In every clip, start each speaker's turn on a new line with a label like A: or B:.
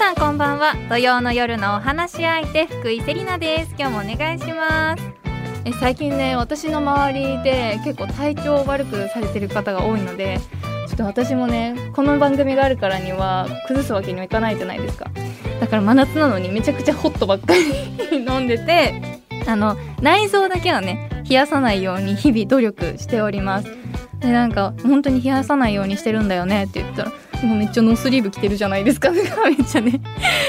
A: は土曜の夜のお話し相手福井セリナです今日もお願いします
B: え最近ね私の周りで結構体調を悪くされてる方が多いのでちょっと私もねこの番組があるからには崩すわけにはいかないじゃないですかだから真夏なのにめちゃくちゃホットばっかり飲んでてあの内臓だけはね冷やさないように日々努力しておりますでなんか本当に冷やさないようにしてるんだよねって言ったら今めっちゃノースリーブ着てるじゃないですかとかめっちゃね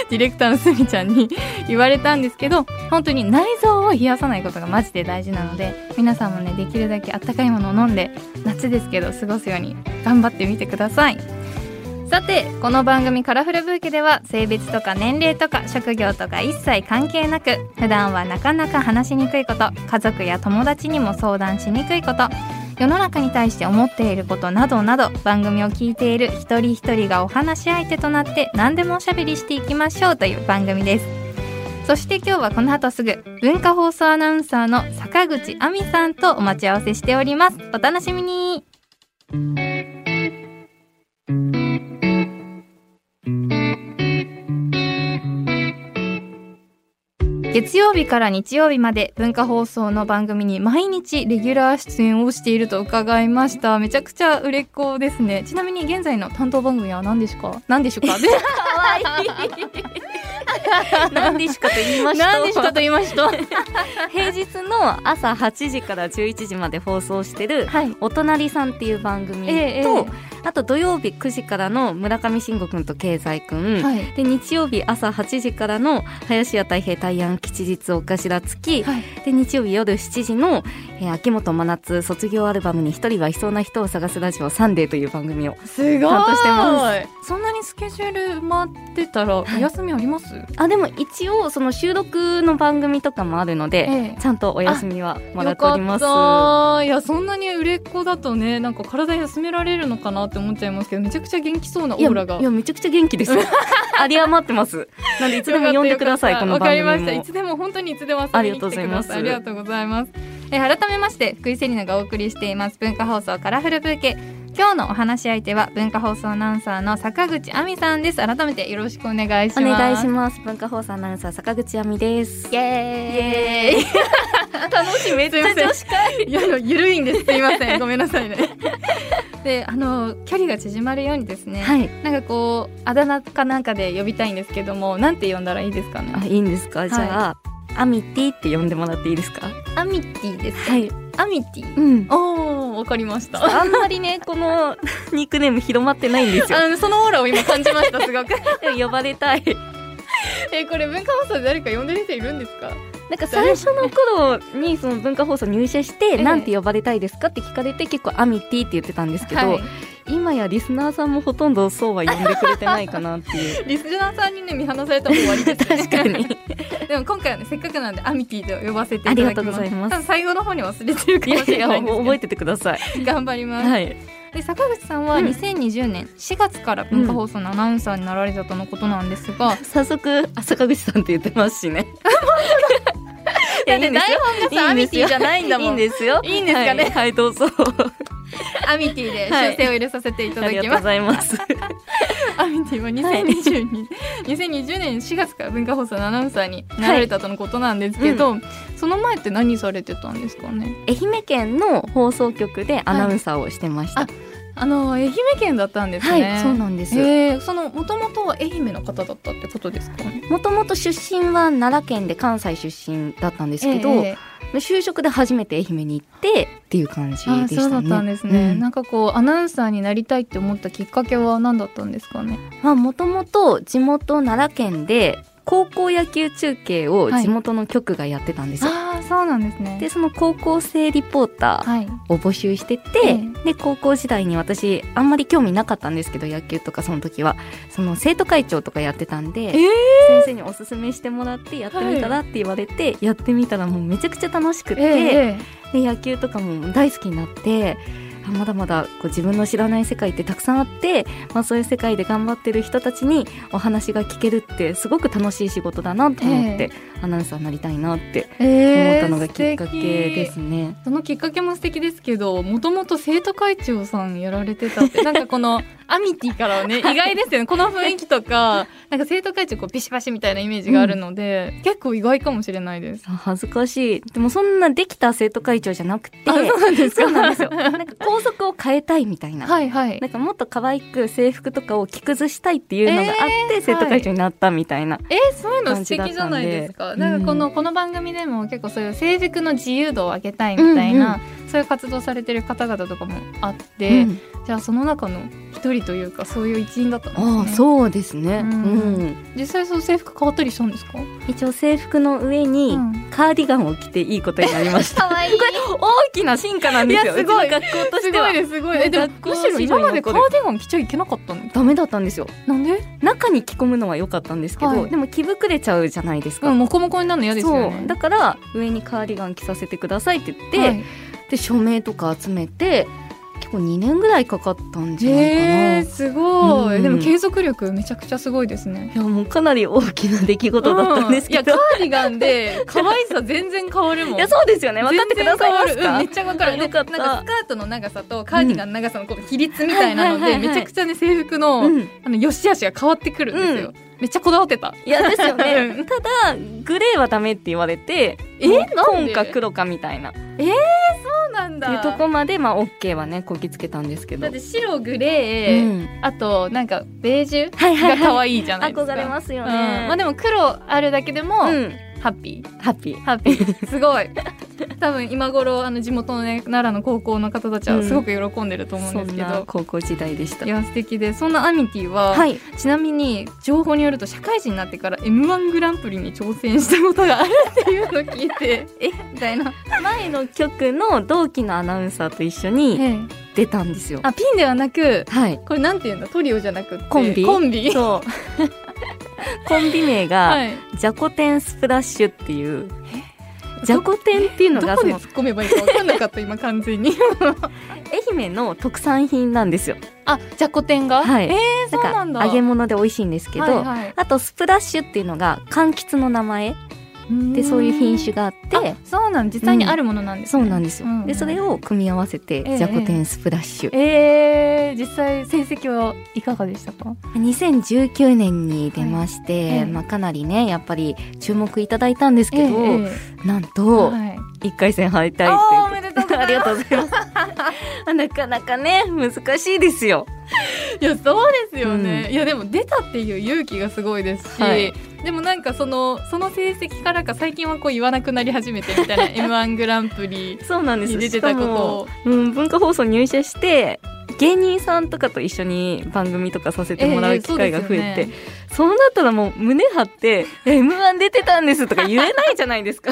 B: ディレクターのすみちゃんに言われたんですけど本当に内臓を冷やさないことがマジで大事なので皆さんもねできるだけあったかいものを飲んで夏ですけど過ごすように頑張ってみてくださいさてこの番組「カラフルブーケ」では性別とか年齢とか職業とか一切関係なく普段はなかなか話しにくいこと家族や友達にも相談しにくいこと世の中に対して思っていることなどなど番組を聞いている一人一人がお話し相手となって何でもおしゃべりしていきましょうという番組ですそして今日はこの後すぐ文化放送アナウンサーの坂口亜美さんとお待ち合わせしておりますお楽しみに月曜日から日曜日まで文化放送の番組に毎日レギュラー出演をしていると伺いましためちゃくちゃ売れっ子ですねちなみに現在の担当番組は何でしょうか何でしょうか
C: 何でしかと言いました
B: 何でしょうかと言いました
C: 平日の朝8時から11時まで放送してる
B: はい
C: 「お隣さん」っていう番組と、
B: ええ
C: あと土曜日9時からの村上信五くんと経済くん、
B: はい
C: で日曜日朝8時からの林家太平大安吉日お頭付き、
B: はい
C: で日曜日夜7時の、えー秋元真夏卒業アルバムに一人はいそうな人を探すラジオサンデーという番組を
B: すごい
C: 担当してま
B: そんなにスケジュール埋まってたらお休みあります、
C: あでも一応その収録の番組とかもあるので、
B: ええ
C: ちゃんとお休みはもら
B: よ
C: ってお
B: か
C: ります
B: ったいやそんなに売れっ子だとねなんか体休められるのかなって思っちゃいますけどめちゃくちゃ元気そうなオ
C: いや
B: ーラが
C: いやめちゃくちゃ元気 ですよ有り余ってますなんでいつでも呼んでくださいこの番組も
B: わかりましたいつでも本当にいつでも遊びに来てください
C: あ
B: あ
C: り
B: り
C: が
B: がとうございますえー改めまして福井セリナがお送りしています文化放送カラフルブーケ今日のお話し相手は文化放送アナウンサーの坂口亜美さんです改めてよろしくお願いします
C: お願いします文化放送アナウンサー坂口亜美です
B: イエーイ 楽しいめっちゃ
C: 女
B: 子会いやいやゆるいんですすいませんごめんなさいね であの距離が縮まるようにですね、
C: はい
B: なんかこうあだ名かなんかで呼びたいんですけどもなんて呼んだらいいですかね
C: あいいんですか、
B: い
C: じゃあアミティって呼んでもらっていいですか
B: アミティです
C: はい
B: アミティ
C: うん
B: おーわかりました
C: あんまりねこのニックネーム広まってないんですよ
B: あのそのオーラを今感じましたすごく
C: でも呼ばれたい
B: えこれ文化放送で誰か呼んでる人いるんですか
C: なんか最初の頃にその文化放送入社して
B: え
C: なんて呼ばれたいですかって聞かれて結構アミティって言ってたんですけど、
B: はい
C: 今やリスナーさんもほとんどそうは呼んでくれてないかなっていう
B: リスナーさんにね見放されたら終わりですね
C: 確かに
B: でも今回はねせっかくなんでアミティと呼ばせていただ
C: あ
B: きます
C: りがとうございます
B: 多分最後の方に忘れてるか
C: い
B: もし
C: やい
B: れな
C: や
B: いんですけど
C: 覚えててください
B: 頑張ります、
C: はい
B: で坂口さんは
C: うん
B: 2020年4月から文化放送のアナウンサーになられたとのことなんですが、
C: 早速坂口さんって言ってます しねい
B: だ
C: や
B: っ
C: いい
B: て
C: んです
B: 台
C: よ
B: 本がさアミティじゃないんだもん
C: いいんですよ
B: いいんですかね
C: はい、はいどうぞ
B: アミティで修正を入れさせていた
C: あ
B: だ
C: り
B: きま
C: がとうご
B: す、
C: ざいます
B: アミティは2022、2020年4月から文化放送のアナウンサーになられたとのことなんですけど、その前って何されてたんですかね
C: 愛媛県の放送局でアナウンサーをしてました、
B: はあの愛媛県だったんです
C: はい、
B: ね、
C: そうなんですよ
B: えー、そのもともとは愛媛の方だったってことですかね
C: もともと出身は奈良県で関西出身だったんですけど、
B: ええ
C: 就職で初めて愛媛に行ってっていう感じでした
B: あ
C: ね。
B: ーそうだったんですね、
C: うん
B: なんかこうアナウンサーになりたいって思ったきっかけは何だったんですかね
C: まあもともと地元奈良県で高校野球中継を地元の局がやってたんですよ。
B: ああそうなんですね
C: でその高校生リポーター
B: はい
C: を募集してて、
B: え
C: で高校時代に私あんまり興味なかったんですけど野球とかその時はその生徒会長とかやってたんで、
B: えー
C: 先生におすすめしてもらってやってみたらって言われて、やってみたらもうめちゃくちゃ楽しくて、
B: ええ
C: で野球とかも大好きになってまだまだこう自分の知らない世界ってたくさんあって、まあ、そういう世界で頑張ってる人たちにお話が聞けるってすごく楽しい仕事だなと思って、アナウンサーになりたいなって思っ
B: え
C: たのがきっかけですね。
B: そのきっかけも素敵ですけどもともと生徒会長さんやられてた ってなんかこのアミティからはね意外ですよねこの雰囲気とかなんか生徒会長こうビシバシみたいなイメージがあるので、結構意外かもしれないです。
C: あ恥ずかしいでもそんなできた生徒会長じゃなくて
B: あそうなんですか
C: そうなんで すよなんか校則を変えたいみたいな、
B: はいはい
C: なんかもっと可愛く制服とかを着崩したいっていうのがあって、生徒会長になったみたいな、
B: えー、そういうの素敵じゃないですか。
C: 感じだった
B: な
C: んで
B: んかこの、この番組でも結構そういう制服の自由度を上げたいみたいな、そういう活動されてる方々とかもあって、
C: うん
B: じゃあその中の一人というかそういう一員だったんですね。
C: ああそうですね、
B: う
C: うんん
B: 実際その制服変わったりしたんですか？
C: 一応制服の上に
B: ん
C: カーディガンを着ていいことになりました
B: 可愛いい。
C: 大きな進化なんですよ
B: いやすごいう
C: ちの学校と
B: す
C: して
B: ご
C: はい
B: ですすごい。えでも
C: 学校
B: むしろ
C: 史
B: 今
C: 上に
B: までカ
C: 残
B: ー
C: る
B: ディガン着ちゃいけなかったの。
C: ダメだったんですよ
B: なんで？
C: 中に着込むのは良かったんですけど、
B: はい
C: でも着膨れちゃうじゃないですか、
B: うんモコモコになるの嫌ですよ
C: そ
B: ね。
C: うだから上にカーディガン着させてくださいって言って、
B: はい
C: で署名とか集めて結構2年ぐらいかかったんじゃないかな、
B: へえすごい、
C: うん
B: でも継続力めちゃくちゃすごいですね。
C: いやもうかなり大きな出来事だったんです
B: う
C: けど、
B: んいやカーディガンで可愛さ全然変わるもん
C: いやそうですよね分かってくださいます
B: 全然変わるうん
C: か
B: めっちゃ分かる
C: あよかった
B: なんかスカートの長さとカーディガンの長さのこう比率みたいなの
C: はい
B: で
C: はいはい
B: め
C: はい
B: ちゃくちゃね制服の,、
C: うん
B: あの良し悪しが変わってくるんですよ、めっちゃこだわってた
C: いやですよ
B: う
C: ねただグレーはダメって言われて
B: え
C: もう
B: なんで
C: 紺か黒かみたいなって
B: そうなん
C: いうとこまでまあ OK はねこぎつけたんですけど
B: だって白グレー、
C: うん
B: あとなんかベージュ
C: はいは
B: が
C: いは
B: 可
C: い
B: 愛いじゃないですか
C: 憧れますよ
B: うん
C: ね、
B: まあでも黒あるだけでも
C: うん
B: ハッピー、
C: ハッピー
B: ハッピー すごい多分今頃あの地元の、ね、奈良の高校の方たちはすごく喜んでると思うん
C: そ
B: です
C: ん
B: けど、
C: な高校時代でした
B: いや素敵でそんなアミティは、
C: はい
B: ちなみに情報によると社会人になってから m 1グランプリに挑戦したことがあるっていうのを聞い てえみたいな、
C: 前の局の同期のアナウンサーと一緒に出たんですよ
B: あピンではなく
C: はい
B: これなんていうんだトリオじゃなくて
C: コンビ
B: コンビ
C: そう コンビ名
B: は
C: が
B: い
C: ジャコテンスプラッシュっていうジャコテンっていうの
B: ど
C: が
B: こ
C: そ
B: で
C: の
B: 突っ込めばいいか分かんなかった今完 全に
C: 愛媛の特産品なんですよ
B: あじゃこてんが
C: はい
B: えー、そうなんん
C: か
B: だ
C: 揚げ物で美味しいんですけど、
B: はいはい
C: あとスプラッシュっていうのが柑橘の名前
B: うーん
C: でそういう品種があって
B: あそうなん実際にあるものなんです、
C: そうなんですよ、
B: うん
C: でそれを組み合わせて、
B: ええ
C: ジャコテンスプラッシュ、
B: えー、実際成績はいかがでしたか
C: 2019年に出まして、
B: ええ
C: まあ、かなりねやっぱり注目いただいたんですけど、
B: え
C: なんと
B: はい、
C: 1回戦敗退という
B: あー
C: こ
B: おめでとうございます
C: とでありがとうございます なかなかね難しいですよ
B: いやそうですよね、
C: う
B: いやでも出たっていう勇気がすごいですし、
C: はい
B: でもなんかそのその成績からか最近はこう言わなくなり始めてみたいな m 1グランプリ
C: そうなんです
B: に出てたこ
C: しか
B: と
C: も
B: を
C: うん、文化放送入社して芸人さんとかと一緒に番組とかさせてもらう機会が増えて、
B: ええそうですよね
C: そうなったらもう胸張って 「m 1出てたんです」とか言えないじゃない ですか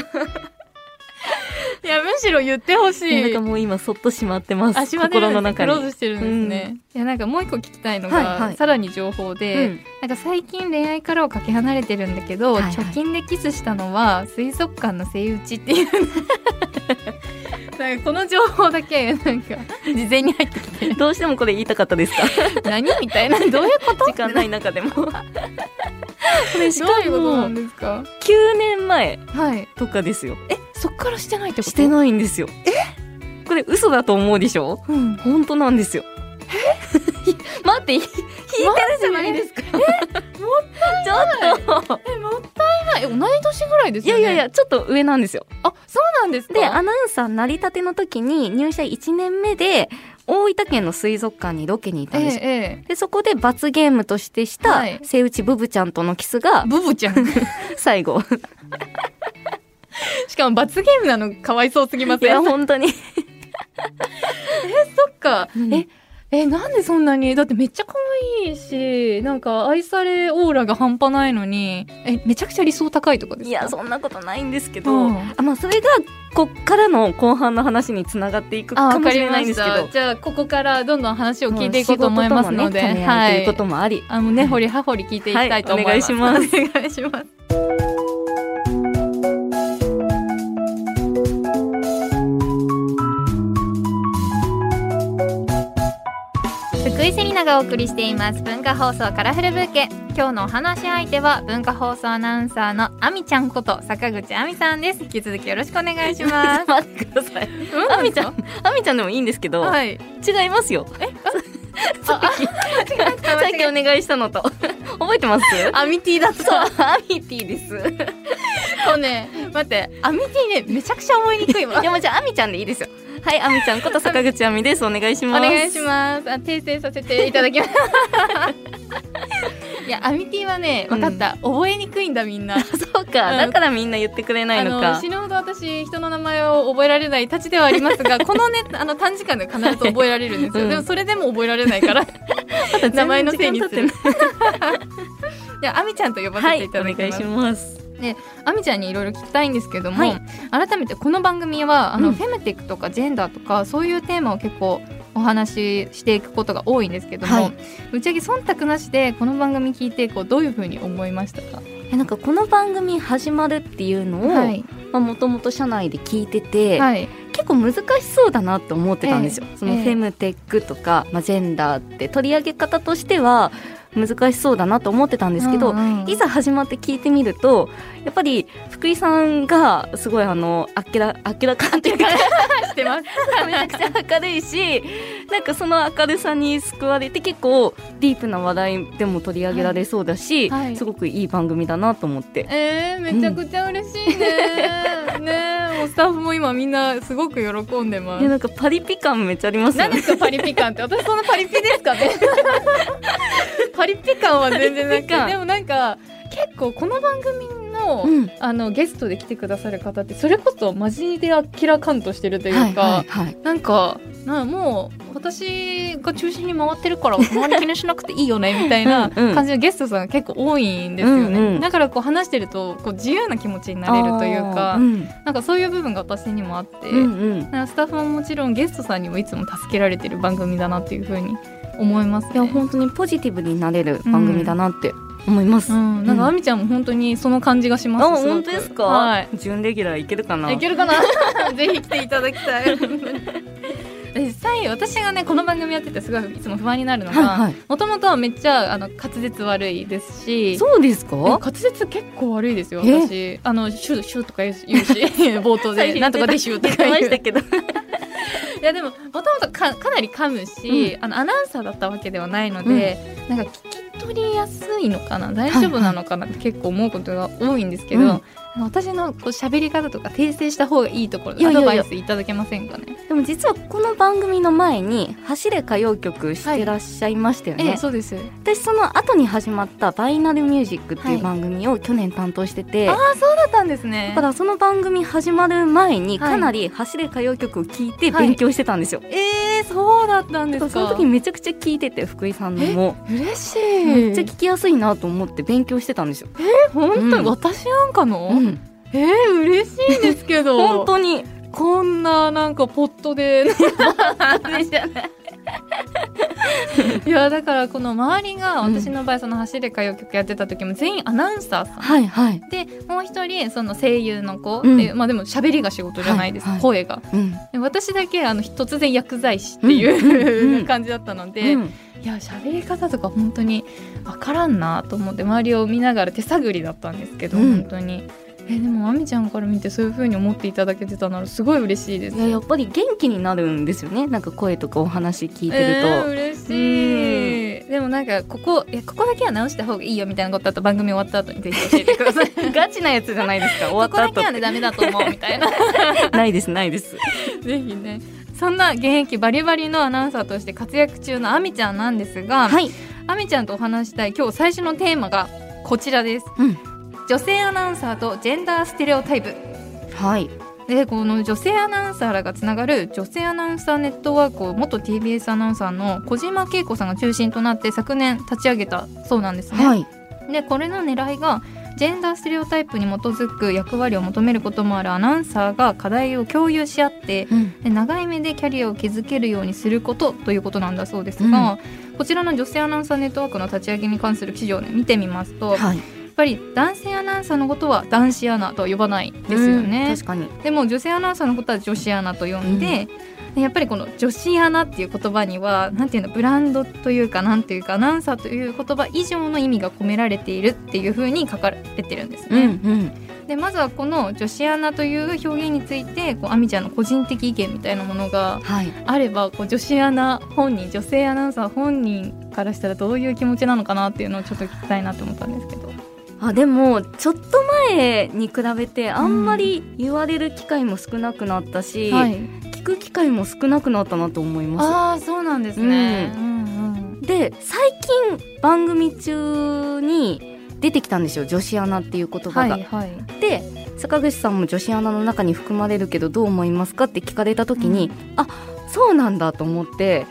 B: いやむしろ言ってほし
C: なん
B: い
C: かもう今そっとしまってます
B: 足まで
C: 心の中
B: ク
C: に、
B: ローズしてるんですね、いやなんかもう一個聞きたいのが、
C: はいはい
B: さらに情報で、
C: うん
B: なんか最近恋愛からをかけ離れてるんだけど、
C: はいはい
B: 貯金でキスしたのは水族館のセイウチっていう なんかこの情報だけなんか事前に入ってきて
C: どうしてもこれ言いたかったですか
B: 何 みたいなどういうこと
C: 時間ない中 でもこれし
B: ど
C: か
B: ういうことな
C: も
B: んですか
C: 9年前
B: はい
C: とかですよ
B: えそっからしてないってこと
C: して
B: い、
C: ないんですよえこれ嘘だと思うでしょ
B: うん、
C: 本当なんですよえ 待って引いてるじゃないですかえもったいないちょっと
B: えもったいないえ同い年ぐらいです
C: いや
B: よね
C: いやいやちょっと上なんですよ
B: あそうなんですか
C: でアナウンサーなりたての時に入社1年目で大分県の水族館にロケに行った
B: ええ
C: んですよ、
B: え
C: でそこで罰ゲームとしてし
B: は
C: た
B: い
C: セイウチブブちゃんとのキス
B: え
C: が
B: ブブちゃ ん
C: 最後
B: しかも罰ゲームなのかわいそうすぎま
C: い
B: せん
C: や本当に
B: そっか、
C: うん
B: ええなんでそんなにだってめっちゃ可愛いしなんか愛されオーラが半端ないのにえめちゃくちゃ理想高いとかですか
C: いやそんなことないんですけど、
B: うん
C: あまあそれがこっからの後半の話につながっていく
B: あ
C: か
B: わ
C: も
B: か
C: し
B: り
C: れな
B: ま
C: いんで
B: し
C: すけ
B: た
C: ど
B: じゃあここからどんどん話を聞いていこうと思いますので、
C: 仕事ともね兼ね合いということもあり、
B: あのね、掘り葉掘り聞いていきたいと思います。
C: はいお願い
B: お願いします。井セリナがお送りしています文化放送カラフルブーケ今日のお話し相手は文化放送アナウンサーのあみちゃんこと坂口あみさんです引き続きよろしくお願いします
C: 待ってください。あみちゃん、あみちゃんでもいいんですけ ど、
B: はい
C: 違いますよ。
B: 間違えた
C: さっきお願いしたのと 覚えてます？
B: アミティだった
C: そう、アミティです。
B: そうね待ってアミティねめちゃくちゃ思いにくいわ
C: でもじゃあアミちゃんでいいですよ。はい、アミちゃんこと坂口あみです。お願いし
B: お
C: ます。
B: 願いしますあ訂正させていただ きますいやアミティはね分かった、覚えにくいんだみんな
C: す。そうか、
B: うん
C: だからみんな言ってくれないの
B: あ
C: か
B: の死。ぬほど私人の名前を覚えられないたちではあります がこのねあの短時間で必ず覚えられるんですよ、
C: うん
B: でもそれでも覚えられないから名前のせいにする
C: 全然時間経って
B: じゃあアミちゃんと呼ば
C: な
B: せ
C: い
B: て
C: はいい、
B: ただきま
C: お願い
B: す,、
C: します。
B: アミちゃんにいろいろ聞きたいんですけども、
C: はい
B: 改めてこの番組はあの、
C: うん
B: フェムテックとかジェンダーとかそういうテーマを結構お話ししていくことが多いんですけども、
C: はい
B: ぶっちゃけ忖度なしでこの番組聞いてこうどういうふうに思いましたか、
C: えなんかこの番組始まるっていうのを、
B: はい
C: まあもともと社内で聞いてて、
B: はい
C: 結構難しそうだなって思ってたんですよ。その
B: え
C: フ
B: え
C: ェムテックとか、まあジェンダーって取り上げ方としては難しそうだなと思ってたんですけど、
B: うんうん
C: いざ始まって聞いてみるとやっぱり福井さんがすごいあのあっけらあっけらかんっていうか
B: してます
C: めちゃくちゃ明るいしなんかその明るさに救われて結構ディープな話題でも取り上げられそうだし、
B: はいはい
C: すごくいい番組だなと思って。
B: えー、めちゃくちゃ嬉 しいね、ねえもうスタッフも今みんなすごく喜んでま
C: ですなんかパリピ感めっちゃありますよ
B: 何で
C: ね。
B: すかパリピ感って私そんなパリピですか ねパリピ感は全然な
C: パリピ感
B: く でもなんか結構この番組の、
C: うん
B: あのゲストで来てくださる方ってそれこそマジであっきらかんとしてるというか、
C: はいはいはい
B: なんかなもう私が中心に回ってるから周り気にしなくていいよねみたいな
C: うんうん
B: 感じのゲストさんが結構多いんですよね、
C: うんうん
B: だからこう話してるとこう自由な気持ちになれるというか、
C: あーうん
B: なんかそういう部分が私にもあって、
C: うんうん
B: なんかスタッフももちろんゲストさんにもいつも助けられてる番組だなっていうふうに思います
C: いや
B: ね。
C: 本当にポジティブになれる番組だなって思います。
B: う
C: あ
B: ん、なんかあみちゃんも本当にその感じがします。ごく
C: 本当ですか？
B: はい。
C: 準レギュラーいけるかな？
B: いけるかな ぜひ来ていただきたい実際私がねこの番組やっててすごいいつも不安になるの
C: は
B: が
C: いは
B: もともとはめっちゃあの滑舌悪いです
C: い。
B: し
C: そうですか？
B: え滑舌結構悪いですよ
C: え
B: 私あのシュシュとか言うし冒頭
C: 最
B: で
C: 初
B: なんとかでしゅと
C: 言
B: か
C: って
B: 言
C: まし
B: う
C: たけど。
B: いやでももともとかかなり噛むし、あのアナウンサーだったわけではないので、なんか聞き取りやすいのかな大丈夫なのかなって結構思うことが多いんですけど、
C: うん
B: 私のこう喋り方とか訂正した方がいいところ
C: いや
B: ア
C: いや
B: ド
C: いや
B: バイスいただけませんかね。
C: でも実はこの番組の前に「走れ歌謡曲」してらっしゃいましたよね、
B: ええそうです。
C: 私その後に始まった「バイナルミュージック」ってい
B: は
C: う
B: い
C: 番組を去年担当してて、
B: ああそうだったんですね。
C: だからその番組始まる前に
B: はい
C: かなり「走れ歌謡曲」を聞いて
B: はい
C: 勉強してたんですよ、
B: ええそうだったんですか。
C: その時めちゃくちゃ聞いてて福井さんのも
B: 嬉し
C: め
B: い。
C: っちゃ聞きやすいなと思って勉強してたんですよ、
B: 本当に
C: うん
B: 私なんかの、
C: うん、
B: ええ嬉しいんですけど。
C: 本当に
B: こんななんかポットで いやだからこの周りが
C: うん
B: 私の場合その走れ歌謡曲やってた時も全員アナウンサーさん、
C: はいはい、
B: でもう一人その声優の子、
C: うん
B: でまあでも喋りが仕事じゃないです、
C: はいはい
B: 声が
C: うん
B: で私だけあの突然薬剤師っていう、
C: うんうんうん
B: 感じだったので、
C: うん
B: いや喋り方とか本当に分からんなと思って周りを見ながら手探りだったんですけど、
C: うん
B: 本当にえでもあみちゃんから見てそういう風に思っていただけてたならすごい嬉しいです
C: いややっぱり元気になるんですよねなんか声とかお話聞いてると、
B: えー嬉しいでもなんかここいやここだけは直した方がいいよみたいなことあったら番組終わった後にぜ ひ教えてくださいこ
C: ガチなやつじゃない ですか。終わっ
B: こ
C: た
B: だけ
C: 後
B: はねダメだと思うみた いなぜ
C: ないですないです。
B: ひねそんな現役バリバリのアナウンサーとして活躍中のあみちゃんなんですが、
C: はい。
B: あみちゃんとお話したい今日最初のテーマがこちらです、
C: うん
B: 女性アナウンサーとジェンダーステレオタイプ
C: はい。
B: でこの女性アナウンサーらがつながる女性アナウンサーネットワークを元 TBS アナウンサーの小島恵子さんが中心となって昨年立ち上げたそうなんですね。
C: はい。
B: でこれの狙いがジェンダーステレオタイプに基づく役割を求めることもあるアナウンサーが課題を共有し合って
C: うん。
B: で長い目でキャリアを築けるようにすることということなんだそうですが、こちらの女性アナウンサーネットワークの立ち上げに関する記事を、ね、見てみますと、やっ
C: はい。
B: ぱり男性アナウンサーのことは男子アナとは呼ばないですよね。
C: うん確かに。
B: でも女性アナウンサーのことは女子アナと呼んで、でやっぱりこの女子アナっていう言葉にはなんていうのブランドというかなんていうかアナウンサーという言葉以上の意味が込められているっていうふうに書かれてるんです
C: うん
B: ね。
C: うん
B: でまずはこの女子アナという表現についてこうアミちゃんの個人的意見みたいなものが
C: はい
B: あればこう女子アナ本人女性アナウンサー本人からしたらどういう気持ちなのかなっていうのをちょっと聞きたいなと思ったんですけど。
C: あでもちょっと前に比べてあんまり言われる機会も少なくなったし、
B: はい、
C: 聞く機会も少なくなったなと思います
B: ああそうなんですね。うん
C: で最近番組中に出てきたんですよ女子アナっていう言
B: うん、
C: 葉が、
B: はい
C: で坂口さんも女子アナの中に含まれるけどどう思いますかって聞かれた時に、あそうなんだと思って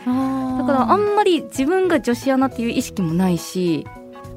B: だ
C: だからあんまり自分が女子アナっていう意識もないし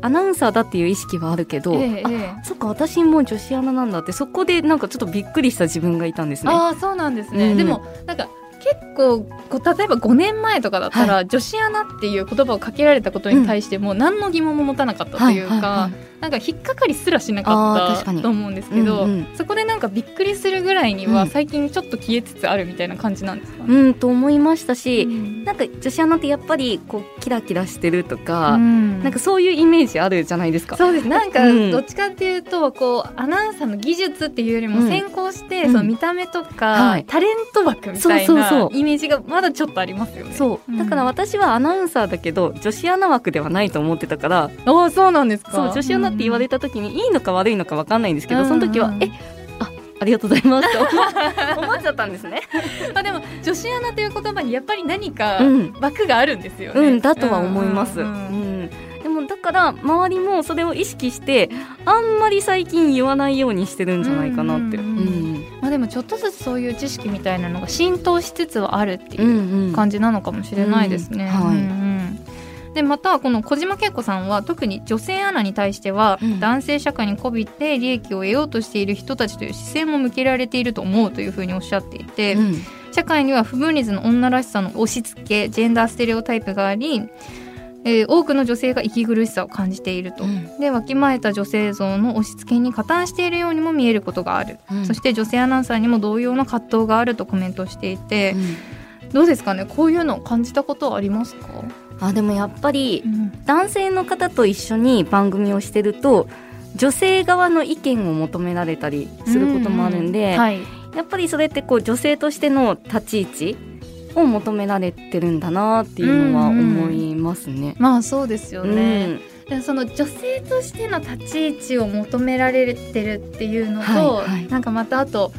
C: アナウンサーだっていう意識はあるけど、
B: ええ
C: あ
B: ええ
C: そっか私も女子アナなんだってそこでなんかちょっとびっくりした自分がいたんですね。
B: ああそうなんですね、
C: うん
B: でもなんか結構こう例えば5年前とかだったら、女子アナっていう言葉をかけられたことに対しても何の疑問も持たなかったというか、
C: はいはいはい
B: なんか引っかかりすらしなか
C: あ
B: っ
C: ー確か
B: た
C: に
B: と思うんですけど、
C: うんうん
B: そこでなんかびっくりするぐらいには
C: うん
B: 最近ちょっと消えつつあるみたいな感じなんですかね。
C: うんと思いましたし、
B: うん
C: なんか女子アナってやっぱりこうキラキラしてると
B: な
C: か、なんかそういうイメージあるじゃないですか。
B: そうですなんか
C: うん
B: どっちかっていうとこうアナウンサーの技術っていうより
C: う
B: も
C: ん
B: 先行して、
C: うん
B: その見た目とか、
C: はい
B: タレント枠みたい
C: そうそう
B: な
C: そう
B: イメージがまだちょっとありますよね。
C: そううんだから私はアナウンサーだけど女子アナ枠ではないと思ってたから
B: ああそうなんですか。
C: そう女子アナって言われた時にいいのか悪いのか分かんないんですけど、その時
B: うん
C: は
B: うん
C: えあありがとうございますって 思思っちゃったんですね。
B: うんまあでも女子アナという言葉にやっぱり何か
C: うん
B: 枠があるんですよね。
C: うん、だとは思います。う
B: うんうんうん
C: んでもだから周りもそれを意識してあんまり最近言わないようにしてるんじゃないかなって。
B: う
C: うんん
B: うんまあでもちょっとずつそういう知識みたいなのが浸透しつつはあるっていううん
C: うん
B: 感じなのかもしれないですね。
C: うんはい
B: うんうんでまたこの小島恵子さんは特に女性アナに対しては、
C: うん
B: 男性社会に媚びて利益を得ようとしている人たちという視線も向けられていると思うというふうにおっしゃっていて、
C: うん
B: 社会には不分裂の女らしさの押し付けジェンダーステレオタイプがあり、えー多くの女性が息苦しさを感じていると。でわきまえた女性像の押し付けに加担しているようにも見えることがある、
C: うん
B: そして女性アナウンサーにも同様の葛藤があるとコメントしていて、どうですかねこういうのを感じたことはありますか、
C: あでもやっぱり
B: うん
C: 男性の方と一緒に番組をしてると女性側の意見を求められたりすることもあるんで、
B: はい、
C: やっぱりそれってこう女性としての立ち位置を求められてるんだなっていうのは思いますね。
B: まあそうですよ
C: うん
B: ね、でその女性としての立ち位置を求められてるっていうのと、
C: はいはい
B: なんかまたあと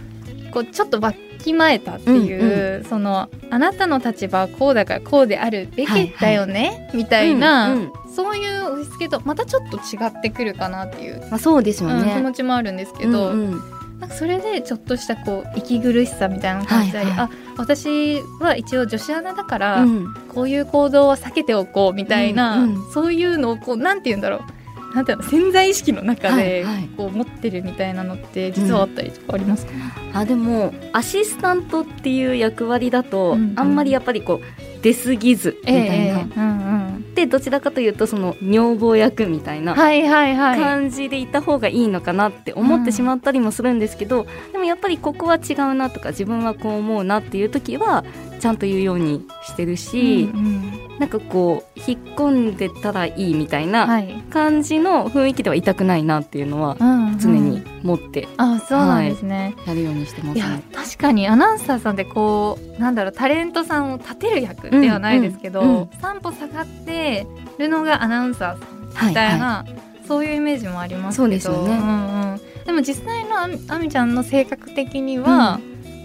B: こうちょっとわきまえたっていう、そのあなたの立場はこうだからこうであるべきだよね、みたいな、
C: うんうん
B: そういう押し付けとまたちょっと違ってくるかなっていう、
C: まあ、そうですよ
B: うん気
C: ね。
B: 持ちもあるんですけど、
C: うんうん
B: なんかそれでちょっとしたこう息苦しさみたいなのを感じたり、
C: はいは
B: あ私は一応女子アナだから、
C: うん
B: こういう行動は避けておこうみたいな、
C: うんう
B: そういうのをこうなんて言うんだろうなんていうの潜在意識の中で
C: はいはい
B: こう持ってるみたいなのって実はあったりとかありますか、
C: あでもアシスタントっていう役割だと、
B: うんうん
C: あんまりやっぱりこう出過ぎずみた
B: ええ
C: いな、
B: ええうんうん
C: でどちらかというとその女房役みたいな
B: はいはいはい。
C: 感じでいた方がいいのかなって思っ
B: うん
C: てしまったりもするんですけど、でもやっぱりここは違うなとか自分はこう思うなっていう時はちゃんと言うようにしてるし
B: う、んうん
C: なんかこう引っ込んでたらいいみたいな
B: はい
C: 感じの雰囲気ではいたくないなっていうのは
B: うんうん
C: 常に持って
B: あそうなんですね、
C: やるようにしてま
B: い、
C: す
B: や
C: ね。
B: 確かにアナウンサーさんってこうなんだろうタレントさんを立てる役ではないですけど、
C: うんうんうん
B: 三歩下がってるのがアナウンサーさん
C: は
B: み
C: い
B: たい
C: は
B: な、そういうイメージもありますけど
C: そうですよね
B: んうん、でも実際のあみあみちゃんの性格的には、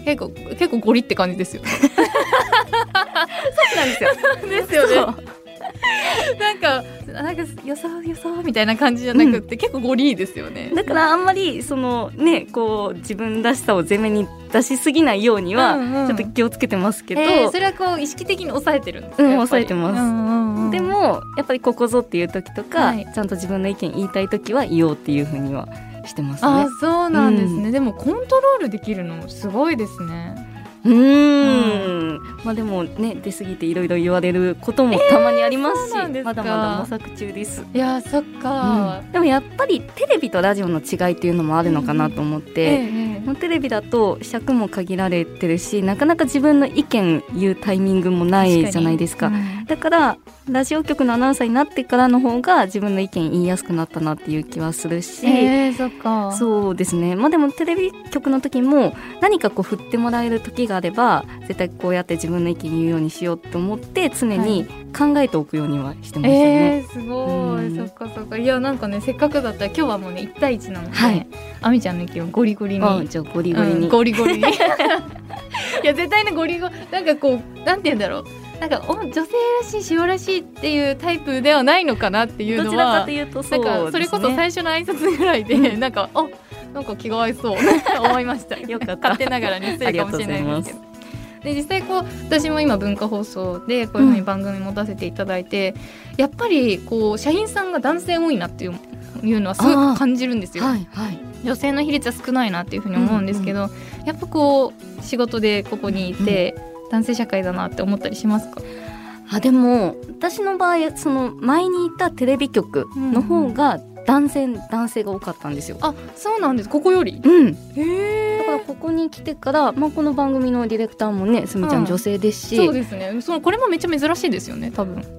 B: 結構結構ゴリって感じですよね。
C: い、なんですよ。
B: です
C: そう
B: なんかなんかよそうよそうみたいな感じじゃなくって、結構ゴリですよね。
C: だからあんまりそのねこう自分らしさを前面に出しすぎないようには
B: うんうん
C: ちょっと気をつけてますけど、
B: えーそれはこう意識的に抑えてるんですか
C: うん
B: やっぱり
C: 抑えてます
B: うんうんうん
C: でもやっぱりここぞっていう時とか、
B: はい
C: ちゃんと自分の意見言いたい時は言おうっていうふうにはしてます
B: あ
C: ね
B: ー。そうなんですね、でもコントロールできるのすごいですね。
C: いうーん、まあでもね出過ぎていろいろ言われることもたまにあります
B: えー
C: し、
B: そうなんですか
C: まだまだ模索中です、
B: いやーそっか
C: うんでもやっぱりテレビとラジオの違いっていうのもあるのかなと思っ
B: ー、
C: て、
B: え
C: まあテレビだと尺も限られてるしなかなか自分の意見言うタイミングもないじゃないですかだからラジオ局のアナウンサーになってからの方が自分の意見言いやすくなったなっていう気はするし、
B: えー、そっか
C: そうですねまあでもテレビ局の時も何かこう振ってもらえる時があれば絶対こうやって自分の意見言うようにしようと思って常に考えておくようにはしてましたね。
B: えー、すごい、
C: うん
B: そっかそっかいやなんかねせっかくだったら今日はもうね1対1なので、
C: はい
B: あみちゃんの意見をゴリゴリに、
C: あじゃあゴリゴリに、
B: うんゴリゴリに いや絶対ねゴリゴリなんかこうなんて言うんだろうなんかお女性らしい塩らしいっていうタイプではないのかなっていう
C: ど
B: の
C: ちらか
B: は
C: というとそ
B: な
C: う
B: か
C: んです、ね、
B: それこそ最初の挨拶ぐらいで、なんかあなんか気が合い そうと思いました
C: よかった
B: 勝手ながらに失礼かもしれないですけど。で実際こう私も今文化放送でこういうふうに番組持たせていただいて、やっぱりこう社員さんが男性多いなっていういうのはすご
C: あー
B: く感じるんですよ。
C: はいはい
B: 女性の比率は少ないなっていうふうに思うんですけど、やっぱこう仕事でここにいて、男性社会だなって思ったりしますか、
C: あでも私の場合その前にいたテレビ局の方が男性、男性が多かったんですよ。
B: あそうなんですここより
C: うん、
B: へ
C: だからここに来てから、まあ、この番組のディレクターもねすみちゃ
B: うんん
C: 女性ですし、
B: そうですねそのこれもめっちゃ珍しいですよね多分
C: 結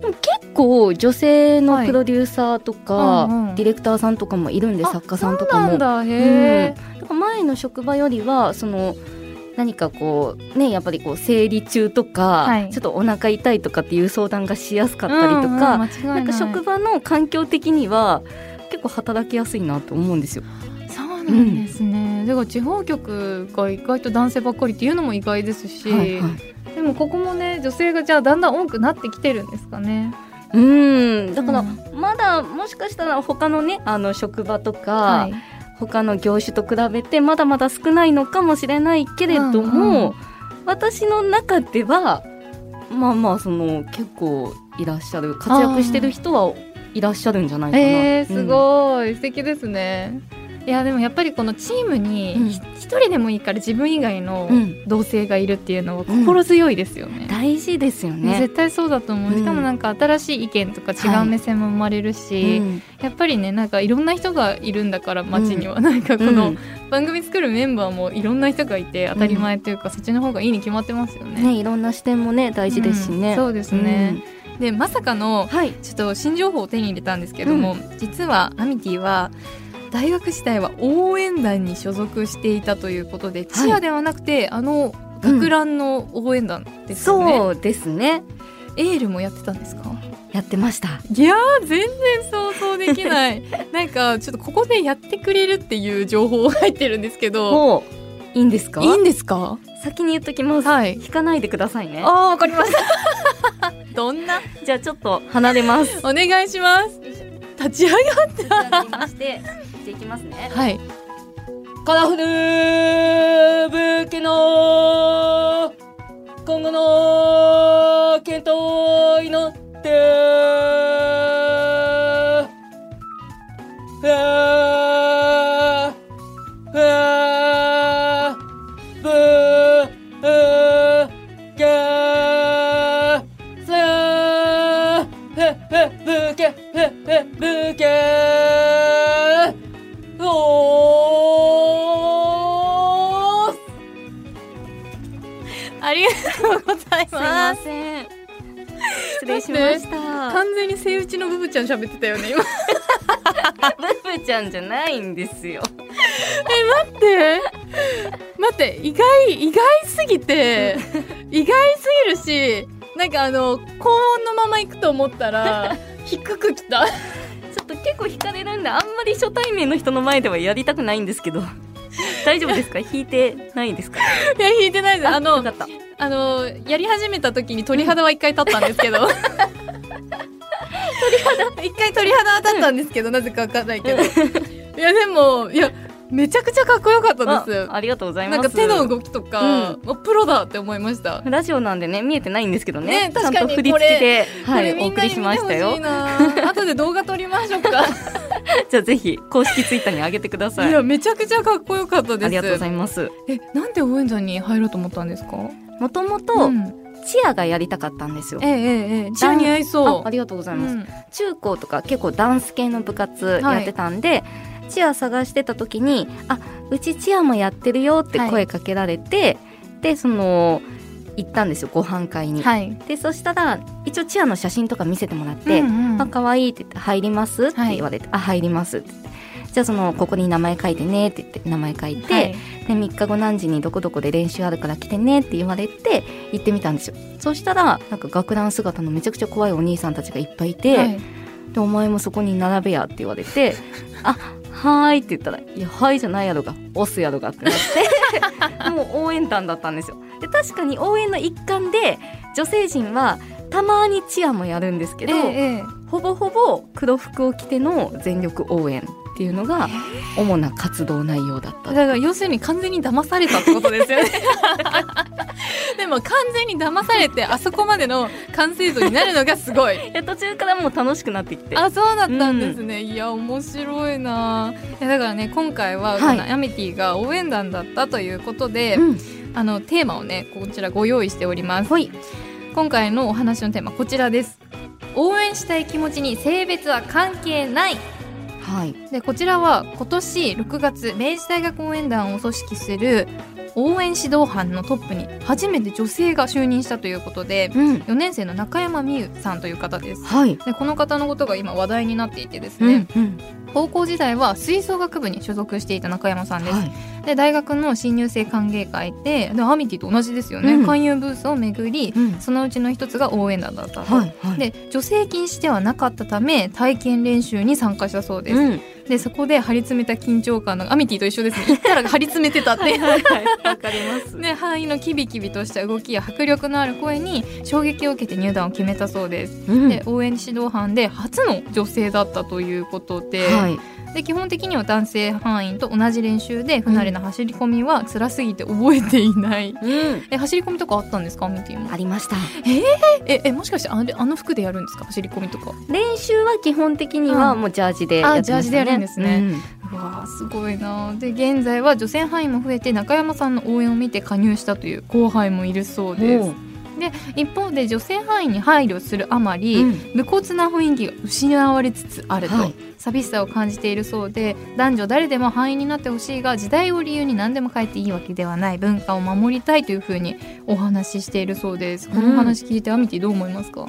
C: 構女性の
B: はい
C: プロデューサーとか、
B: うんうん
C: ディレクターさんとかもいるんで
B: あ
C: 作家さんとかも。
B: そうなんだへえ、
C: うんだから前の職場よりはその何かこうねやっぱりこう生理中とか、
B: はい
C: ちょっとお腹痛いとかっていう相談がしやすかったり
B: う
C: とか、
B: んうん間違い
C: ないんか職場の環境的には結構働きやすいなと思うんですよ。
B: そうなんですね、だから地方局が意外と男性ばっかりっていうのも意外ですし、
C: はいはい
B: でもここもね女性がじゃあだんだん多くなってきてるんですかね
C: うんだから、
B: うん
C: まだもしかしたら他のねあの職場とか、
B: はい
C: 他の業種と比べてまだまだ少ないのかもしれないけれども、
B: うんうん
C: 私の中ではまあまあその結構いらっしゃる活躍してる人はいらっしゃるんじゃないかな。
B: えー、
C: う
B: す
C: ん
B: ごい、素敵ですねいやでもやっぱりこのチーム
C: うん
B: にひ一、人でもいいから自分以外の
C: うん
B: 同性がいるっていうのは心強いですよね、
C: 大事ですよね。
B: 絶対そうだと思う、
C: うん
B: しかもなんか新しい意見とか違
C: は
B: う
C: い
B: 目線も生まれるし、
C: うん
B: やっぱりねなんかいろんな人がいるんだから街には、なんかこ
C: う
B: の
C: ん
B: 番組作るメンバーもいろんな人がいて当たり前というか、そっちの方がいいに決まってますよね。
C: ねいろんな視点もね大事ですしね。
B: うんそうですね、でまさかの
C: うん。はい。
B: ちょっと新情報を手に入れたんですけども、実はアミティは大学時代は応援団に所属していたということで、チアではなくてあの学ランの応援団ですよね、
C: そうですね。
B: エールもやってたんですか
C: やってました。
B: いやー全然想像できない なんかちょっとここでやってくれるっていう情報が入ってるんですけど
C: もういいんですか？
B: いいんですか
C: 先に言っときます。
B: はい
C: 引かないでくださいね。
B: ああわかりました どんな
C: じゃあちょっと離れます。
B: お願いします 立ち上げ
C: やりまして、じゃあいきますね。
B: はい
D: カラフルブケの今後の検討を祈ってふわふわぶけせふぶけふぶけおー
B: ありがとうござい
C: すい
B: ま
C: ますせん。失礼しました。
B: 完全にセイウチのブブちゃん喋ってたよね今待
C: ブーブーちゃんじゃないんですよ。
B: って待って意外意外すぎて意外すぎるしなんかあの高音のまま行くと思った ら低くきた
C: ちょっと結構引かれるんで、あんまり初対面の人の前ではやりたくないんですけど。大丈夫ですか？引いてないですか？
B: いや弾いてない ですあ
C: よ
B: の
C: かった。
B: あのやり始めた時に鳥肌は一回立ったんですけど鳥肌 一回鳥肌は立ったんですけどなぜかわかんないけどいやでもいやめちゃくちゃかっこよかったです
C: あありがとうございま
B: な
C: す。
B: んか手の動きとか、
C: う
B: もうプロだって思いました。
C: ラジオなんでね見えてないんですけどね。
B: ね確かに
C: ちゃんと振り付けで、
B: こ
C: は
B: れ
C: い
B: み
C: お
B: んな
C: 送
B: に見
C: りしてま
B: ほ
C: したよ。
B: な後で動画撮りましょうか。
C: じゃあぜひ公式ツイッターに上げてくださ
B: い
C: い。
B: やめちゃくちゃかっこよかったです
C: ありがとうございます。
B: えなんで応援団に入ろうと思ったんですか
C: もとも
B: う
C: と
B: ん
C: チアがやりたかったんですよ
B: え。えええええチアに合い
C: あ
B: そ
C: ありがとうござ
B: う
C: います。
B: うん
C: 中高とか結構ダンス系の部活やってたんで、チア探してた時に「あうちチアもやってるよ」って声かけられて、でその行ったんですよご飯会に。
B: はい
C: でそしたら一応チアの写真とか見せてもらって「
B: うんうん
C: あ可愛いって言って「入ります?」って言われて「あ入ります」って言って。じゃあそのここに名前書いてねって言って名前書いて、
B: はい
C: で3日後何時にどこどこで練習あるから来てねって言われて行ってみたんですよそしたらなんか学ラン姿のめちゃくちゃ怖いお兄さんたちがいっぱいいて、
B: はい
C: でお前もそこに並べやって言われて あはーいって言ったら「いやはいじゃないやろが押すやろが」ってなって もう応援団だったんですよで確かに応援の一環で女性陣はたまにチアもやるんですけど、
B: ええええ
C: ほぼほぼ黒服を着ての全力応援っていうのが主な活動内容だった
B: だから要するに完全に騙されたってことです よねでも完全に騙されてあそこまでの完成度になるのがすごい
C: いや途中からもう楽しくなってきて
B: あそうだったんですね、いや面白いないやだからね今回は、
C: はい
B: このアメティが応援団だったということで、
C: うん
B: あのテーマをねこちらご用意しております
C: ほい
B: 今回のお話のテーマこちらです応援したい気持ちに性別は関係ない
C: はい
B: でこちらは今年6月明治大学応援団を組織する応援指導班のトップに初めて女性が就任したということで
C: うん
B: 4年生の中山美優さんという方です
C: はい
B: でこの方のことが今話題になっていてです
C: うん
B: ね、
C: うん
B: 高校時代は吹奏楽部に所属していた中山さんです、
C: はい
B: で大学の新入生歓迎会ででアミティと同じですよね、
C: うん
B: 勧誘ブースを巡り
C: うん
B: そのうちの一つが応援団だったと、
C: はいはい
B: で女性禁止ではなかったため体験練習に参加したそうです、
C: うん
B: でそこで張り詰めた緊張感のアミティと一緒です ね行ったら張り詰めてたって
C: わかります
B: ね、範囲のキビキビとした動きや迫力のある声に衝撃を受けて入団を決めたそうです、
C: うん
B: で応援指導班で初の女性だったということで,、
C: はい
B: で基本的には男性班員と同じ練習で不慣れな走り込みは辛すぎて覚えていない、
C: うん
B: え走り込みとかあったんですかアミティも
C: ありました
B: ええもしかしてあれあの服でやるんですか走り込みとか
C: 練習は基本的には
B: うん
C: もうジャージでやってましたね
B: あジャージでやるんですね
C: う
B: う
C: ん
B: わあすごいなで現在は女性範囲も増えて中山さんの応援を見て加入したという後輩もいるそうで
C: おう
B: す一方で女性範囲に配慮するあまり、
C: うん
B: 無骨な雰囲気が失われつつあると、
C: はい
B: 寂しさを感じているそうで男女誰でも範囲になってほしいが時代を理由に何でも変えていいわけではない文化を守りたいというふうにお話ししているそうですこの話聞いて、アミティどう思いますか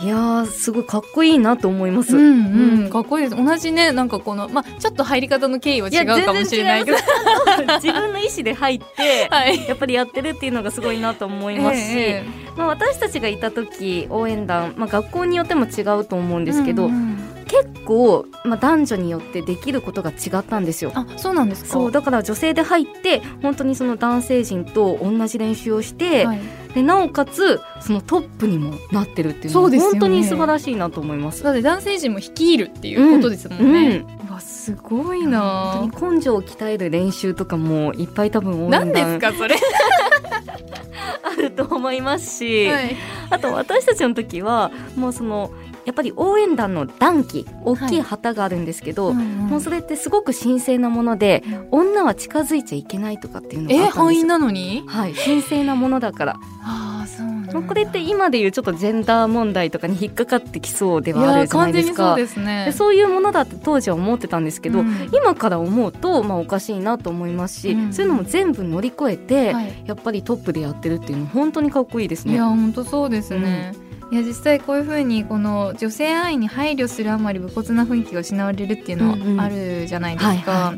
C: いやーすごいかっこいいなと思います、
B: うん
C: う
B: うんん、かっこいいです同じねなんかこのまあちょっと入り方の経緯は違うかもしれないけど
C: いや全然違います 自分の意思で入って
B: はい
C: やっぱりやってるっていうのがすごいなと思いますし、
B: ええ
C: まあ、私たちがいた時応援団、まあ、学校によっても違うと思うんですけど、
B: うんうん
C: 結構、まあ、男女によってできることが違ったんですよ。
B: あそうなんですか
C: そうだから女性で入って本当にその男性陣と同じ練習をして、
B: はい
C: でなおかつそのトップにもなってるっていうの
B: そう
C: は
B: ですよね
C: 本当に素晴らしいなと思います。
B: だって男性陣も率いるっていうことですも
C: うん
B: ね、
C: ん、
B: うわすごい
C: 本
B: な
C: 当に根性を鍛える練習とかもいっぱい多分応
B: 何
C: 援
B: ですか
C: 団
B: それ、
C: あると思いますし、
B: はい
C: あと私たちの時はもうそのやっぱり応援団の団旗大きい旗があるんですけど、もうそれってすごく神聖なもので、女は近づいちゃいけないとかっていうのが
B: え
C: あったん
B: 範
C: です
B: 囲
C: よ。
B: なのに
C: はい、神聖なものだから、
B: ああそうなんだ
C: まあこれって今でいうちょっとジェンダー問題とかに引っかかってきそうではあるじゃないですか
B: いやー完全にそうですね
C: でそういうものだって当時は思ってたんですけど、
B: うん
C: 今から思うと、まあ、おかしいなと思いますし、
B: うん
C: そういうのも全部乗り越えて、
B: はい、
C: やっぱりトップでやってるっていうの本当にかっこいいです
B: い
C: ね
B: や。本当そうですね、いや実際こういうふうにこの女性愛に配慮するあまり武骨な雰囲気が失われるっていうの
C: うんうん
B: はあるじゃないです
C: はいは
B: か。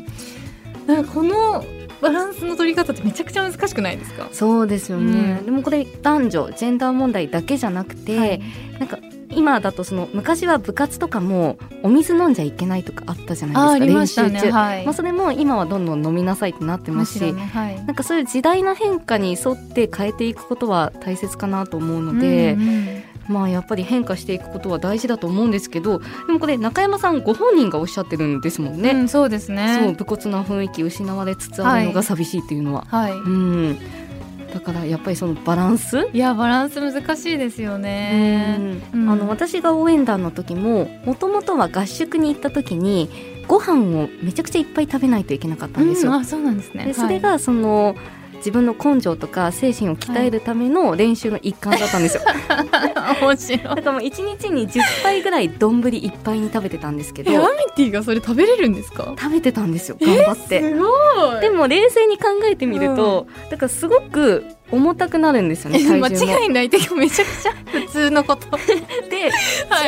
B: なんかこのバランスの取り方ってめちゃくちゃ難しくないですか。
C: そうですよね、
B: うん
C: でもこれ男女ジェンダー問題だけじゃなくて、
B: はい
C: なんか今だとその昔は部活とかもお水飲んじゃいけないとかあったじゃ
B: あー
C: な
B: あ
C: いで
B: り
C: すか
B: ましたね。
C: 練習中、
B: はい。
C: まあ、それも今はどんどん飲みなさいってなってますし、
B: むろねはい。
C: なんかそういう時代の変化に沿って変えていくことは大切かなと思うので、
B: うんうん
C: まあやっぱり変化していくことは大事だと思うんですけどでもこれ中山さんご本人がおっしゃってるんですもん
B: う
C: ね、
B: んそうです
C: そう
B: ね。
C: 武骨な雰囲気失われつつあるのが寂しいっていうのは。
B: はい。
C: うんだからやっぱりそのバランス、
B: いやバランス難しいですよね。
C: うん
B: うん
C: あの私が応援団の時ももともとは合宿に行った時にご飯をめちゃくちゃいっぱい食べないといけなかったんですよ。
B: うんあそうなんですね。
C: でそれがその自分の根性とか精神を鍛えるための練習の一環だったんですよ、
B: はい、面白い。
C: だからもう1日に10杯ぐらい丼いっぱいに食べてたんですけど
B: えアメティがそれ食べれるんですか？
C: 食べてたんですよ頑張って、
B: すご
C: でも冷静に考えてみると、だからすごく重たくなるんですよね体重も
B: 間違いないけどめちゃくちゃ普通の こと。
C: で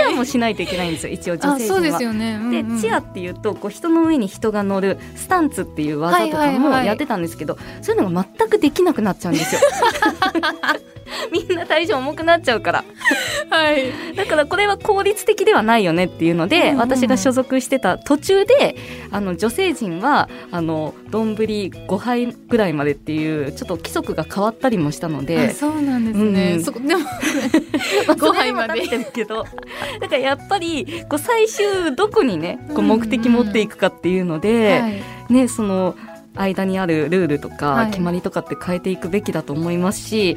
C: チアもしないといけないんですよ一応女
B: あ
C: 性
B: そう
C: 陣
B: で
C: は
B: す。よね。うんう
C: で
B: ん
C: チアっていうとこう人の上に人が乗るスタンツっていう技と
B: はい
C: か
B: はい
C: も
B: はい
C: やってたんですけど、そういうのが全くできなくなっちゃう んですよ。 みんな体重重くなっちゃうから
B: はい。
C: だからこれは効率的ではないよねっていうので、
B: うんうん
C: 私が所属してた途中であの女性陣はあの丼5杯ぐらいまでっていうちょっと規則が変わったりもしたの
B: あ
C: で
B: そうなんですね。
C: うん
B: そこでも
C: ご
B: ご
C: 飯
B: 飯
C: ま
B: ま
C: で
B: で
C: 食べてるけどだからやっぱりこう最終どこにねこう目的持っていくかっていうの で、
B: はい
C: ねその間にあるルールと
B: は
C: か
B: い
C: 決まりとかって変えていくべきだと思いますし、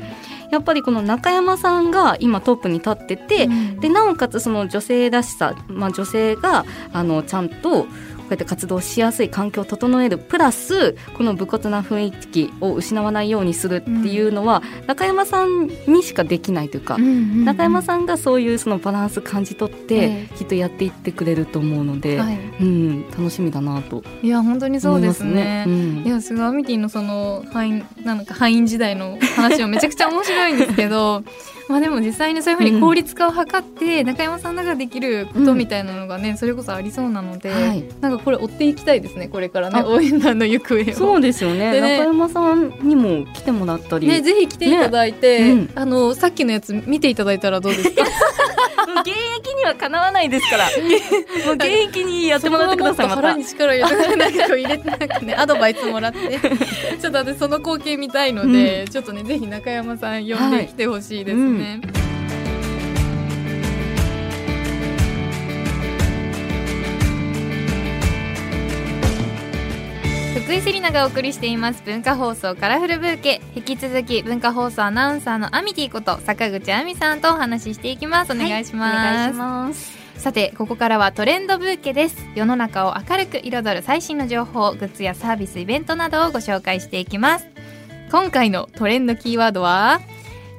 C: やっぱりこの中山さんが今トップに立ってて、
B: うん
C: でなおかつその女性らしさ、まあ、女性があのちゃんとこうやって活動しやすい環境を整えるプラスこの武骨な雰囲気を失わないようにするっていうのは、中山さんにしかできないというか、
B: うんうんうん
C: 中山さんがそういうそのバランス感じ取って
B: え
C: きっとやっていってくれると思うので、
B: はい。
C: うん、楽しみだなと
B: いや本当にそ
C: 思
B: う
C: い
B: で
C: ますす
B: ね
C: ね。。うん
B: いやすごいアミティのその敗因なんか敗因時代の話もめちゃくちゃ面白いんですけど まあでも実際にそういうふうに効率化を図って、中山さんらができることみたいなのがね、それこそありそうなので、
C: はい
B: なんかこれ追っていきたいですねこれからね
C: あ
B: 応援団の行方を。
C: そうですよね
B: でね
C: 中山さんにも来てもらったり、
B: ね、ぜひ来ていただいて、
C: ねうん
B: あのさっきのやつ見ていただいたらどうですか
C: もう現役にはかなわないですからもう現役にやってもらってください
B: そ
C: ま
B: こはもっと腹に力
C: た
B: を入れてなんかこう入れてなんかねアドバイスもらって ちょっと私その光景見たいので、ちょっとねぜひ中山さん呼んできてほしいですね。
C: は
B: 福井セリナがお送りしています文化放送カラフルブーケ引き続き文化放送アナウンサーのアミティこと坂口亜美さんとお話ししていきますお願いします,、
C: お願いします
B: さてここからはトレンドブーケです世の中を明るく彩る最新の情報グッズやサービスイベントなどをご紹介していきます今回のトレンドキーワードは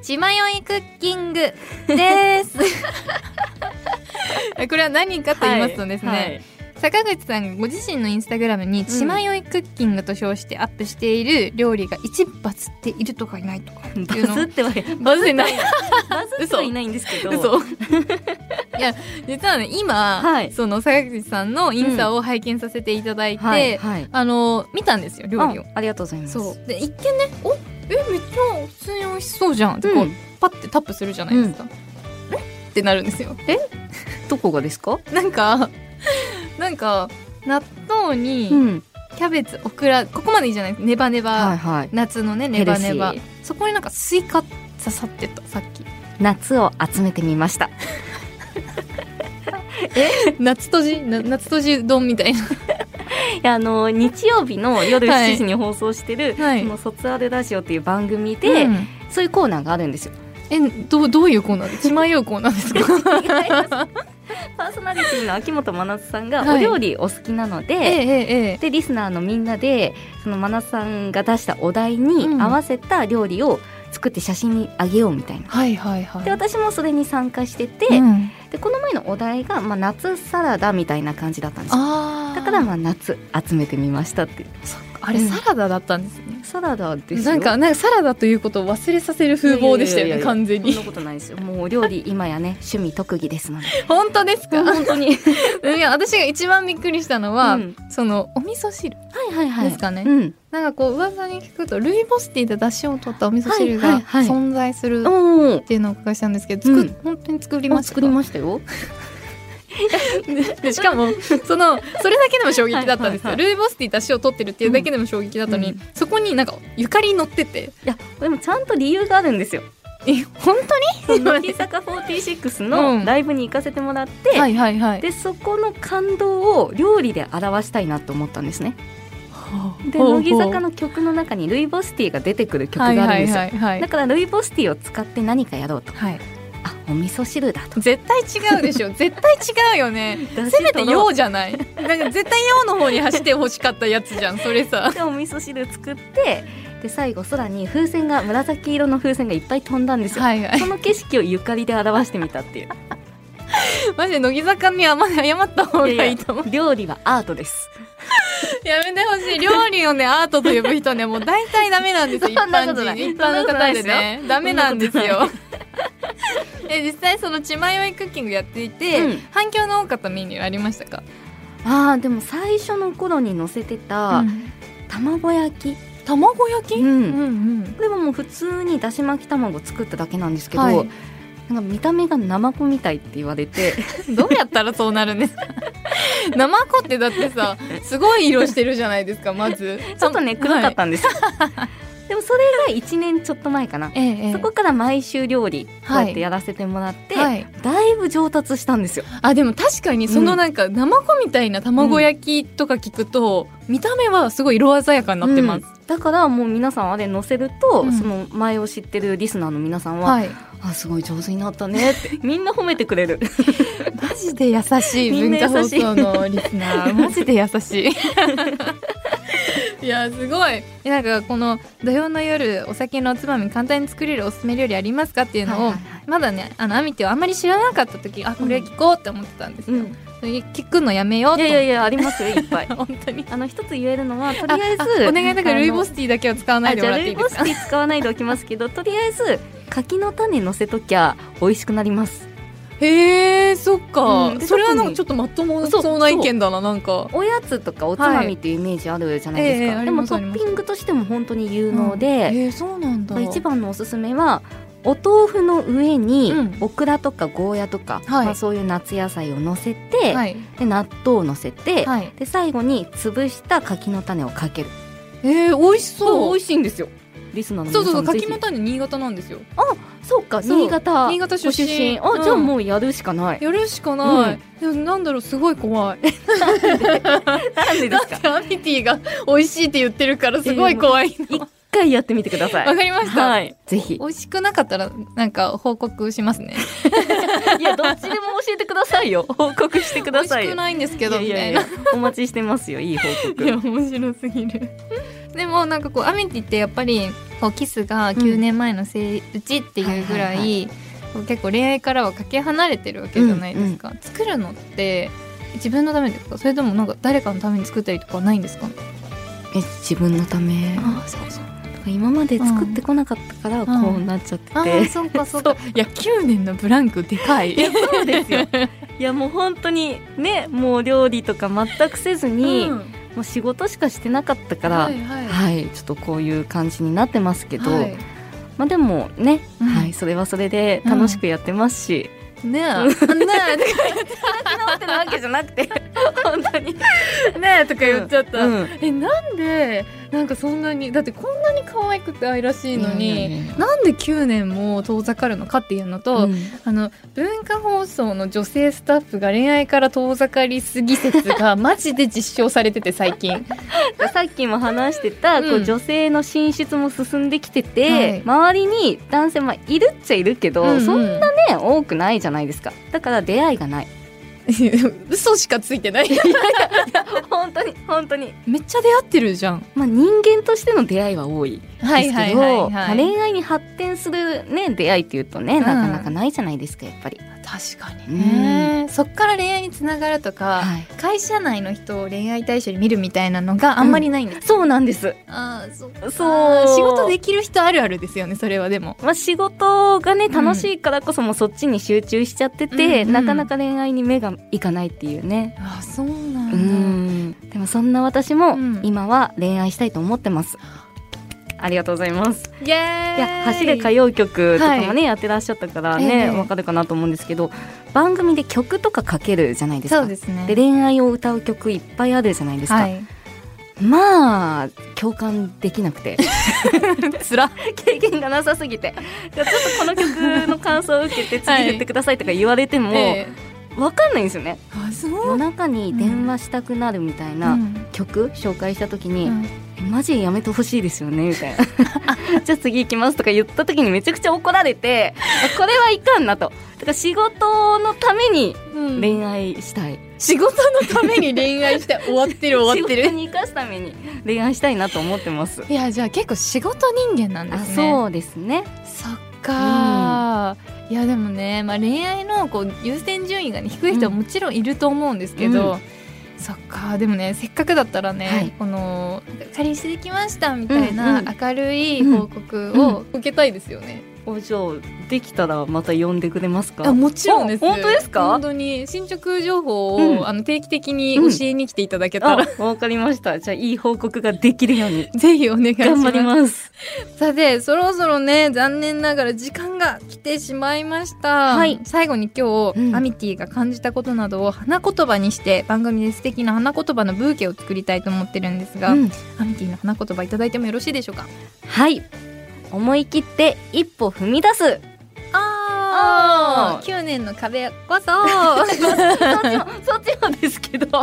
B: 血迷いクッキングです これは何かと言いますとですね、
C: はい
B: 坂口さんがご自身のインスタグラムに「血迷いクッキング」と称してアップしている料理が一バズっているとかいないとかっていう
C: バズっ
B: の
C: てはい
B: バズって ない
C: バズってはいないんですけど
B: 嘘 いや実はね今、
C: はい
B: その坂口さんのインスタを拝見させていただいて、
C: はいはい
B: あの見たんですよ料理を
C: あ。ありがとうございます
B: そうで一見ね「おえめっちゃ普通に美味しそうじゃん」ってこう、
C: うん
B: パッてタップするじゃないですか。えってなるんですよ。
C: どこがですか
B: なんか なんか納豆に、
C: ん
B: キャベツオクラここまでいいじゃないですかネバネバ、
C: はいはい
B: 夏のねネバネバ
C: ヘル
B: そこになんかスイカ刺さってたさっき
C: 夏を集めてみました
B: 夏とじな夏とじ丼みたいな
C: いやあの日曜日の夜
B: はい
C: 7時に放送してる、
B: はい
C: この卒アルラジオっていう番組で、
B: うん
C: そういうコーナーがあるんで すよ
B: えどうどういうコーナ ー血迷うコーナーですか
C: パーソナリティの秋元真夏さんが
B: はい
C: お料理お好きなので、
B: ええええ
C: でリスナーのみんなでその真夏さんが出したお題に合わせた料理を作って写真にあげようみたいな。
B: はいはいはい
C: で私もそれに参加してて、
B: うん
C: でこの前のお題が、まあ、夏サラダみたいな感じだったんですよ
B: あだ
C: だか
B: からら
C: まあ夏集めてみましたっていう
B: あれサラダだったんですね、
C: サラダですよ
B: なんかなんかサラダということを忘れさせる風貌でしたよ
C: いやい
B: ね
C: やいやいや
B: 完全
C: そん
B: に
C: なことないですよもうお料理 今やね趣味特技ですので
B: 本当ですか
C: 本当に
B: いや私が一番びっくりしたのは、
C: うん
B: そのお味噌汁
C: はいはいはい
B: ですかね、
C: うん
B: なんかこう噂に聞くとルイボスティーで出汁を取ったお味噌汁
C: はいは
B: が
C: いはい
B: 存在するっ
C: おー
B: ていうのをお伺いしたんですけど、作っ
C: うん
B: 本当に作り
C: あ
B: ました
C: 作りましたよ
B: でしかもそのそれだけでも衝撃だったんですよ、
C: はいはいはい
B: ルイボスティー出汁を取ってるっていうだけでも衝撃だったのに、
C: うん
B: そこになんかゆかり乗ってて
C: いやでもちゃんと理由があるんですよ
B: え本
C: その乃木坂46
B: うん
C: のライブに行かせてもらっ て、
B: いはいはい
C: でそこの感動を料理で表したいなと思ったんですね。で乃木坂の曲の中にルイ・ボスティが出てくる曲があるんですよ、
B: はいはいはいは
C: だ
B: い
C: からルイ・ボスティを使って何かやろうと
B: はい
C: あお味噌汁だと
B: 絶対違うでし ょ絶対違うよね
C: だし
B: せめて
C: とろ
B: 用じゃないなんか絶対用の方に走ってほしかったやつじゃんそれさ
C: でお味噌汁作ってで最後空に風船が紫色の風船がいっぱい飛んだんですよ、
B: はいはい
C: その景色をゆかりで表してみたっていう
B: マジで乃木坂にはまだ謝った方が
C: いやい
B: い
C: や
B: いと思う
C: 料理 はアートです
B: やめてほしい料理をねアートと呼ぶ人 ねもう大体ダメなんですよ一
C: そんなこ
B: 般
C: と
B: 人
C: ない
B: 一般の方でねダメなんです
C: そんな
B: よ え実際その血迷いクッキングやっていて、
C: うん
B: 反響の多かったメニューありましたか
C: あーでも最初の頃に載せてた卵焼き、
B: 卵焼き、
C: うん
B: うんうん
C: これはもう普通にだし巻き卵作っただけなんですけど、
B: はい
C: なんか見た目がナマコみたいって言われて
B: どうやったらそうなるん ですか生子ってだってさすごい色してるじゃないですかま ず
C: ちょっとね黒かっ
B: はい
C: たんです、でもそれが1年ちょっと前かな、
B: ええええ
C: そこから毎週料理こう
B: はい
C: やってやらせてもらって、
B: はい
C: だいぶ上達したんですよ
B: あでも確かにそのなんか生子みたいな卵焼きとか聞くと、見た目はすごい色鮮やかになってます、
C: うんだからもう皆さんあれ載せると、
B: うん
C: その前を知ってるリスナーの皆さんは、
B: はい
C: あすごい上手になったねっ てみんな褒めてくれる
B: マジで優しい
C: みん
B: 文
C: な
B: 化
C: 優
B: 放
C: しい
B: 送のリスナー マジで優し いいやすごいえなんかこの土曜の夜お酒のおつまみ簡単に作れるおすすめ料理ありますかっていうのを、
C: はいはいは
B: まだねあのアミテはあんまり知らなかった時あこれ聞こうって思ってたんです
C: う
B: よ、
C: ん
B: それ聞くのやめよう
C: い
B: と
C: や
B: 思っ
C: いや
B: て
C: いやありますよいっぱい
B: 本当に
C: あの一つ言えるのはとりあえず
B: お願いだからルイボ
C: テ
B: スティーだけは使わないでもらっていいです
C: あ
B: か
C: じゃあルイボスティー使わないでおきますけどとりあえず柿の種乗せときゃ美味しくなります
B: へえそっか、
C: うんで
B: それはなん
C: 特に
B: かちょっとまともそうな意見だななんか
C: おやつとかおつまみっていうイメージあるじゃないですか、
B: はいええええ
C: でも
B: あります
C: トッピングとしても本当に有能で、
B: へえそうなんだ
C: 一番のおすすめはお豆腐の上に
B: うん
C: オクラとかゴーヤとか、
B: はい
C: まあ、そういう夏野菜を乗せて、
B: はい
C: で納豆を乗せて、
B: はい
C: で最後に潰した柿の種をかける
B: えー、美味し
C: そう
B: そ
C: 美
B: う
C: 味しいんですよリスナーの
B: そう
C: 皆
B: そうそう
C: さんもぜ
B: 柿
C: ひ
B: も種新潟なんですよ
C: そうか
B: そう
C: 新潟
B: 新潟出
C: ご
B: 身
C: 出身あ、
B: うん
C: じゃあもうやるしかない
B: やるしかない、でもなんだろうすごい怖い
C: なんでですか
B: アミティが美味しいって言ってるからすごい怖いの
C: 一回やってみてください。
B: わかりました、
C: はい、ぜひ
B: 美。味しくなかったらなんか報告しますね
C: いや、どっちでも教えてくださいよ。報告してく
B: 美
C: だ
B: 味
C: さ
B: し
C: いよ。
B: くないんですけどみ
C: い
B: た
C: や
B: い
C: い
B: な
C: やいやお待ちしてますよ。いい報
B: いや
C: 告。
B: 面白すぎるでもなんかこうアミティってやっぱりこうキスが9年前のせいうちっていうぐら
C: はいはい
B: こう結構恋愛からはかけ離れてるわけじゃないですか、作るのって自分のためですかそれともなんか誰かのために作ったりとかはないんですか
C: え、自分のため。
B: あそうそう
C: 今まで作ってこなかったか
B: う
C: ら、
B: ん
C: こうなっちゃって
B: あ
C: て。
B: ーそうかそうかいや9年のブランクでかい
C: そうですよ。いや、もう本当に、ね、もう料理とか全くせずに、
B: うん
C: もう仕事しかしてなかったから。
B: は
C: はいい
B: はい
C: ちょっとこういう感じになってますけど、
B: はい
C: まあでもね、
B: うん
C: はい、それはそれで楽しくやってますし、
B: ねえね
C: 思ってるわけじゃなくて 本当に
B: えねえとか言っちゃった、
C: うん
B: えなんでなんかそんなにだってこんなに可愛くて愛らしいのに、
C: いやいやいや
B: なんで9年も遠ざかるのかっていうのと、
C: うん
B: あの文化放送の女性スタッフが恋愛から遠ざかりすぎ説 がマジで実証されてて最 近
C: さっきも話してた、こ
B: う
C: うん女性の進出も進んできてて、周りに男性まあいるっちゃいるけど、
B: うんうん
C: そんなね多くないじゃないですかだから出会いがない
B: 嘘しかついてない
C: 本当に本当に
B: めっちゃ出会ってるじゃん
C: まあ人間としての出会いは多いですけど、
B: はいはいはい
C: まあ
B: はい
C: 恋愛に発展するね出会いっていうとね、
B: うん
C: なかなかないじゃないですかやっぱり、
B: 確かにねそっから恋愛につながるとか、
C: はい
B: 会社内の人を恋愛対象に見るみたいなのがあんまりないんです、
C: そうなんです
B: ああそう
C: そう
B: 仕事できる人あるあるですよねそれはでも
C: まあ、仕事がね
B: ん
C: 楽しいからこそもうそっちに集中しちゃってて、
B: うんうん
C: なかなか恋愛に目がいかないっていうね。
B: あそうな
C: う、んでもそんな私も
B: うん
C: 今は恋愛したいと思ってます。ありがとうございます。
B: イエーイ
C: いや走れ歌謡曲とかも
B: は
C: ね、やってらっしゃったからね
B: ええ
C: わ、かるかなと思うんですけど番組で曲とかかけるじゃないですか。
B: そうですね
C: で恋愛を歌う曲いっぱいあるじゃないですか。
B: い
C: まあ共感できなく て
B: つら
C: 経験がなさすぎてちょっとこの曲の感想を受けて次言ってくださいとか言われても、
B: ええ
C: わかんないんですよね
B: あすごい
C: 夜中に電話したくなるみたいな曲紹介した時に、
B: うん
C: えマジやめてほしいですよねみ たいなあじゃあ次行きますとか言った時にめちゃくちゃ怒られてあこれはいかんなとだから仕事のために恋愛したい、
B: 仕事のために恋愛して終わってる終わって
C: 仕
B: る
C: 事に生かすために恋愛したいなと思ってます
B: いやじゃあ結構仕事人間なんで
C: あ
B: すね
C: そうですね
B: そっかー、いやでもね、まあ、恋愛のこう優先順位が、ね、低い人はもちろんいると思うんですけど、
C: う
B: そっかーでもねせっかくだったらね、
C: はい
B: この「仮してできました」みたいな
C: うんうん
B: 明るい報告を受けたいですよね。
C: おじゃあできたらまた呼んでくれますか
B: あもちろんです
C: あ本当ですか
B: 本当に進捗情報を、
C: うん
B: あの定期的に教えに来ていただけたら、
C: あわかりましたじゃあいい報告ができるように
B: ぜひお願いします
C: 頑張ります
B: さてそろそろね残念ながら時間が来てしまいました、
C: はい
B: 最後に今日、
C: うん
B: アミティが感じたことなどを花言葉にして番組で素敵な花言葉のブーケを作りたいと思ってるんですが、
C: うん
B: アミティの花言葉いただいてもよろしいでしょうか
C: はい思い切って一歩踏み出す
B: あ
C: あー
B: 9年の壁こそ
C: そっちもそっちもですけど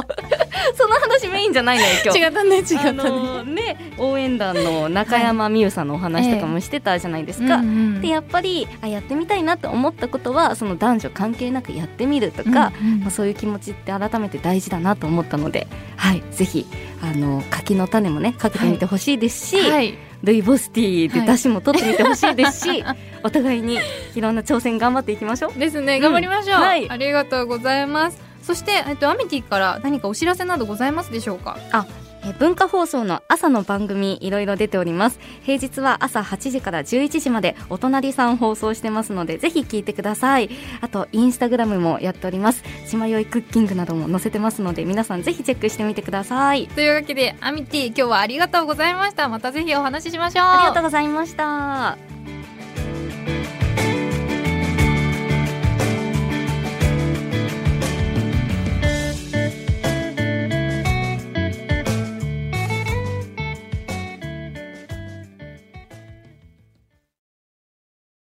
C: その話メインじゃないのよ今 日
B: 違ったね違っ
C: あのね応援団の中山美優さんのお話とかもしてたじゃないですか、
B: うんうん
C: でやっぱりあやってみたいなって思ったことはその男女関係なくやってみるとか、ま
B: うんうん
C: あ、そういう気持ちって改めて大事だなと思ったので、はい、ぜひあの柿の種もねかけてみてほしいですし、
B: はい
C: ルイボスティーで出汁も取ってみてほしいですし、お互いにいろんな挑戦頑張っていきましょう。
B: です
C: う
B: ね
C: ん
B: 頑張りましょう、
C: はい
B: ありがとうございますそしてえっとアミティから何かお知らせなどございますでしょうか
C: えー文化放送の朝の番組いろいろ出ております平日は朝8時から11時までお隣さん放送してますのでぜひ聞いてくださいあとインスタグラムもやっております血迷いクッキングなども載せてますので皆さんぜひチェックしてみてください
B: というわけでアミティ今日はありがとうございましたまたぜひお話ししましょう
C: ありがとうございました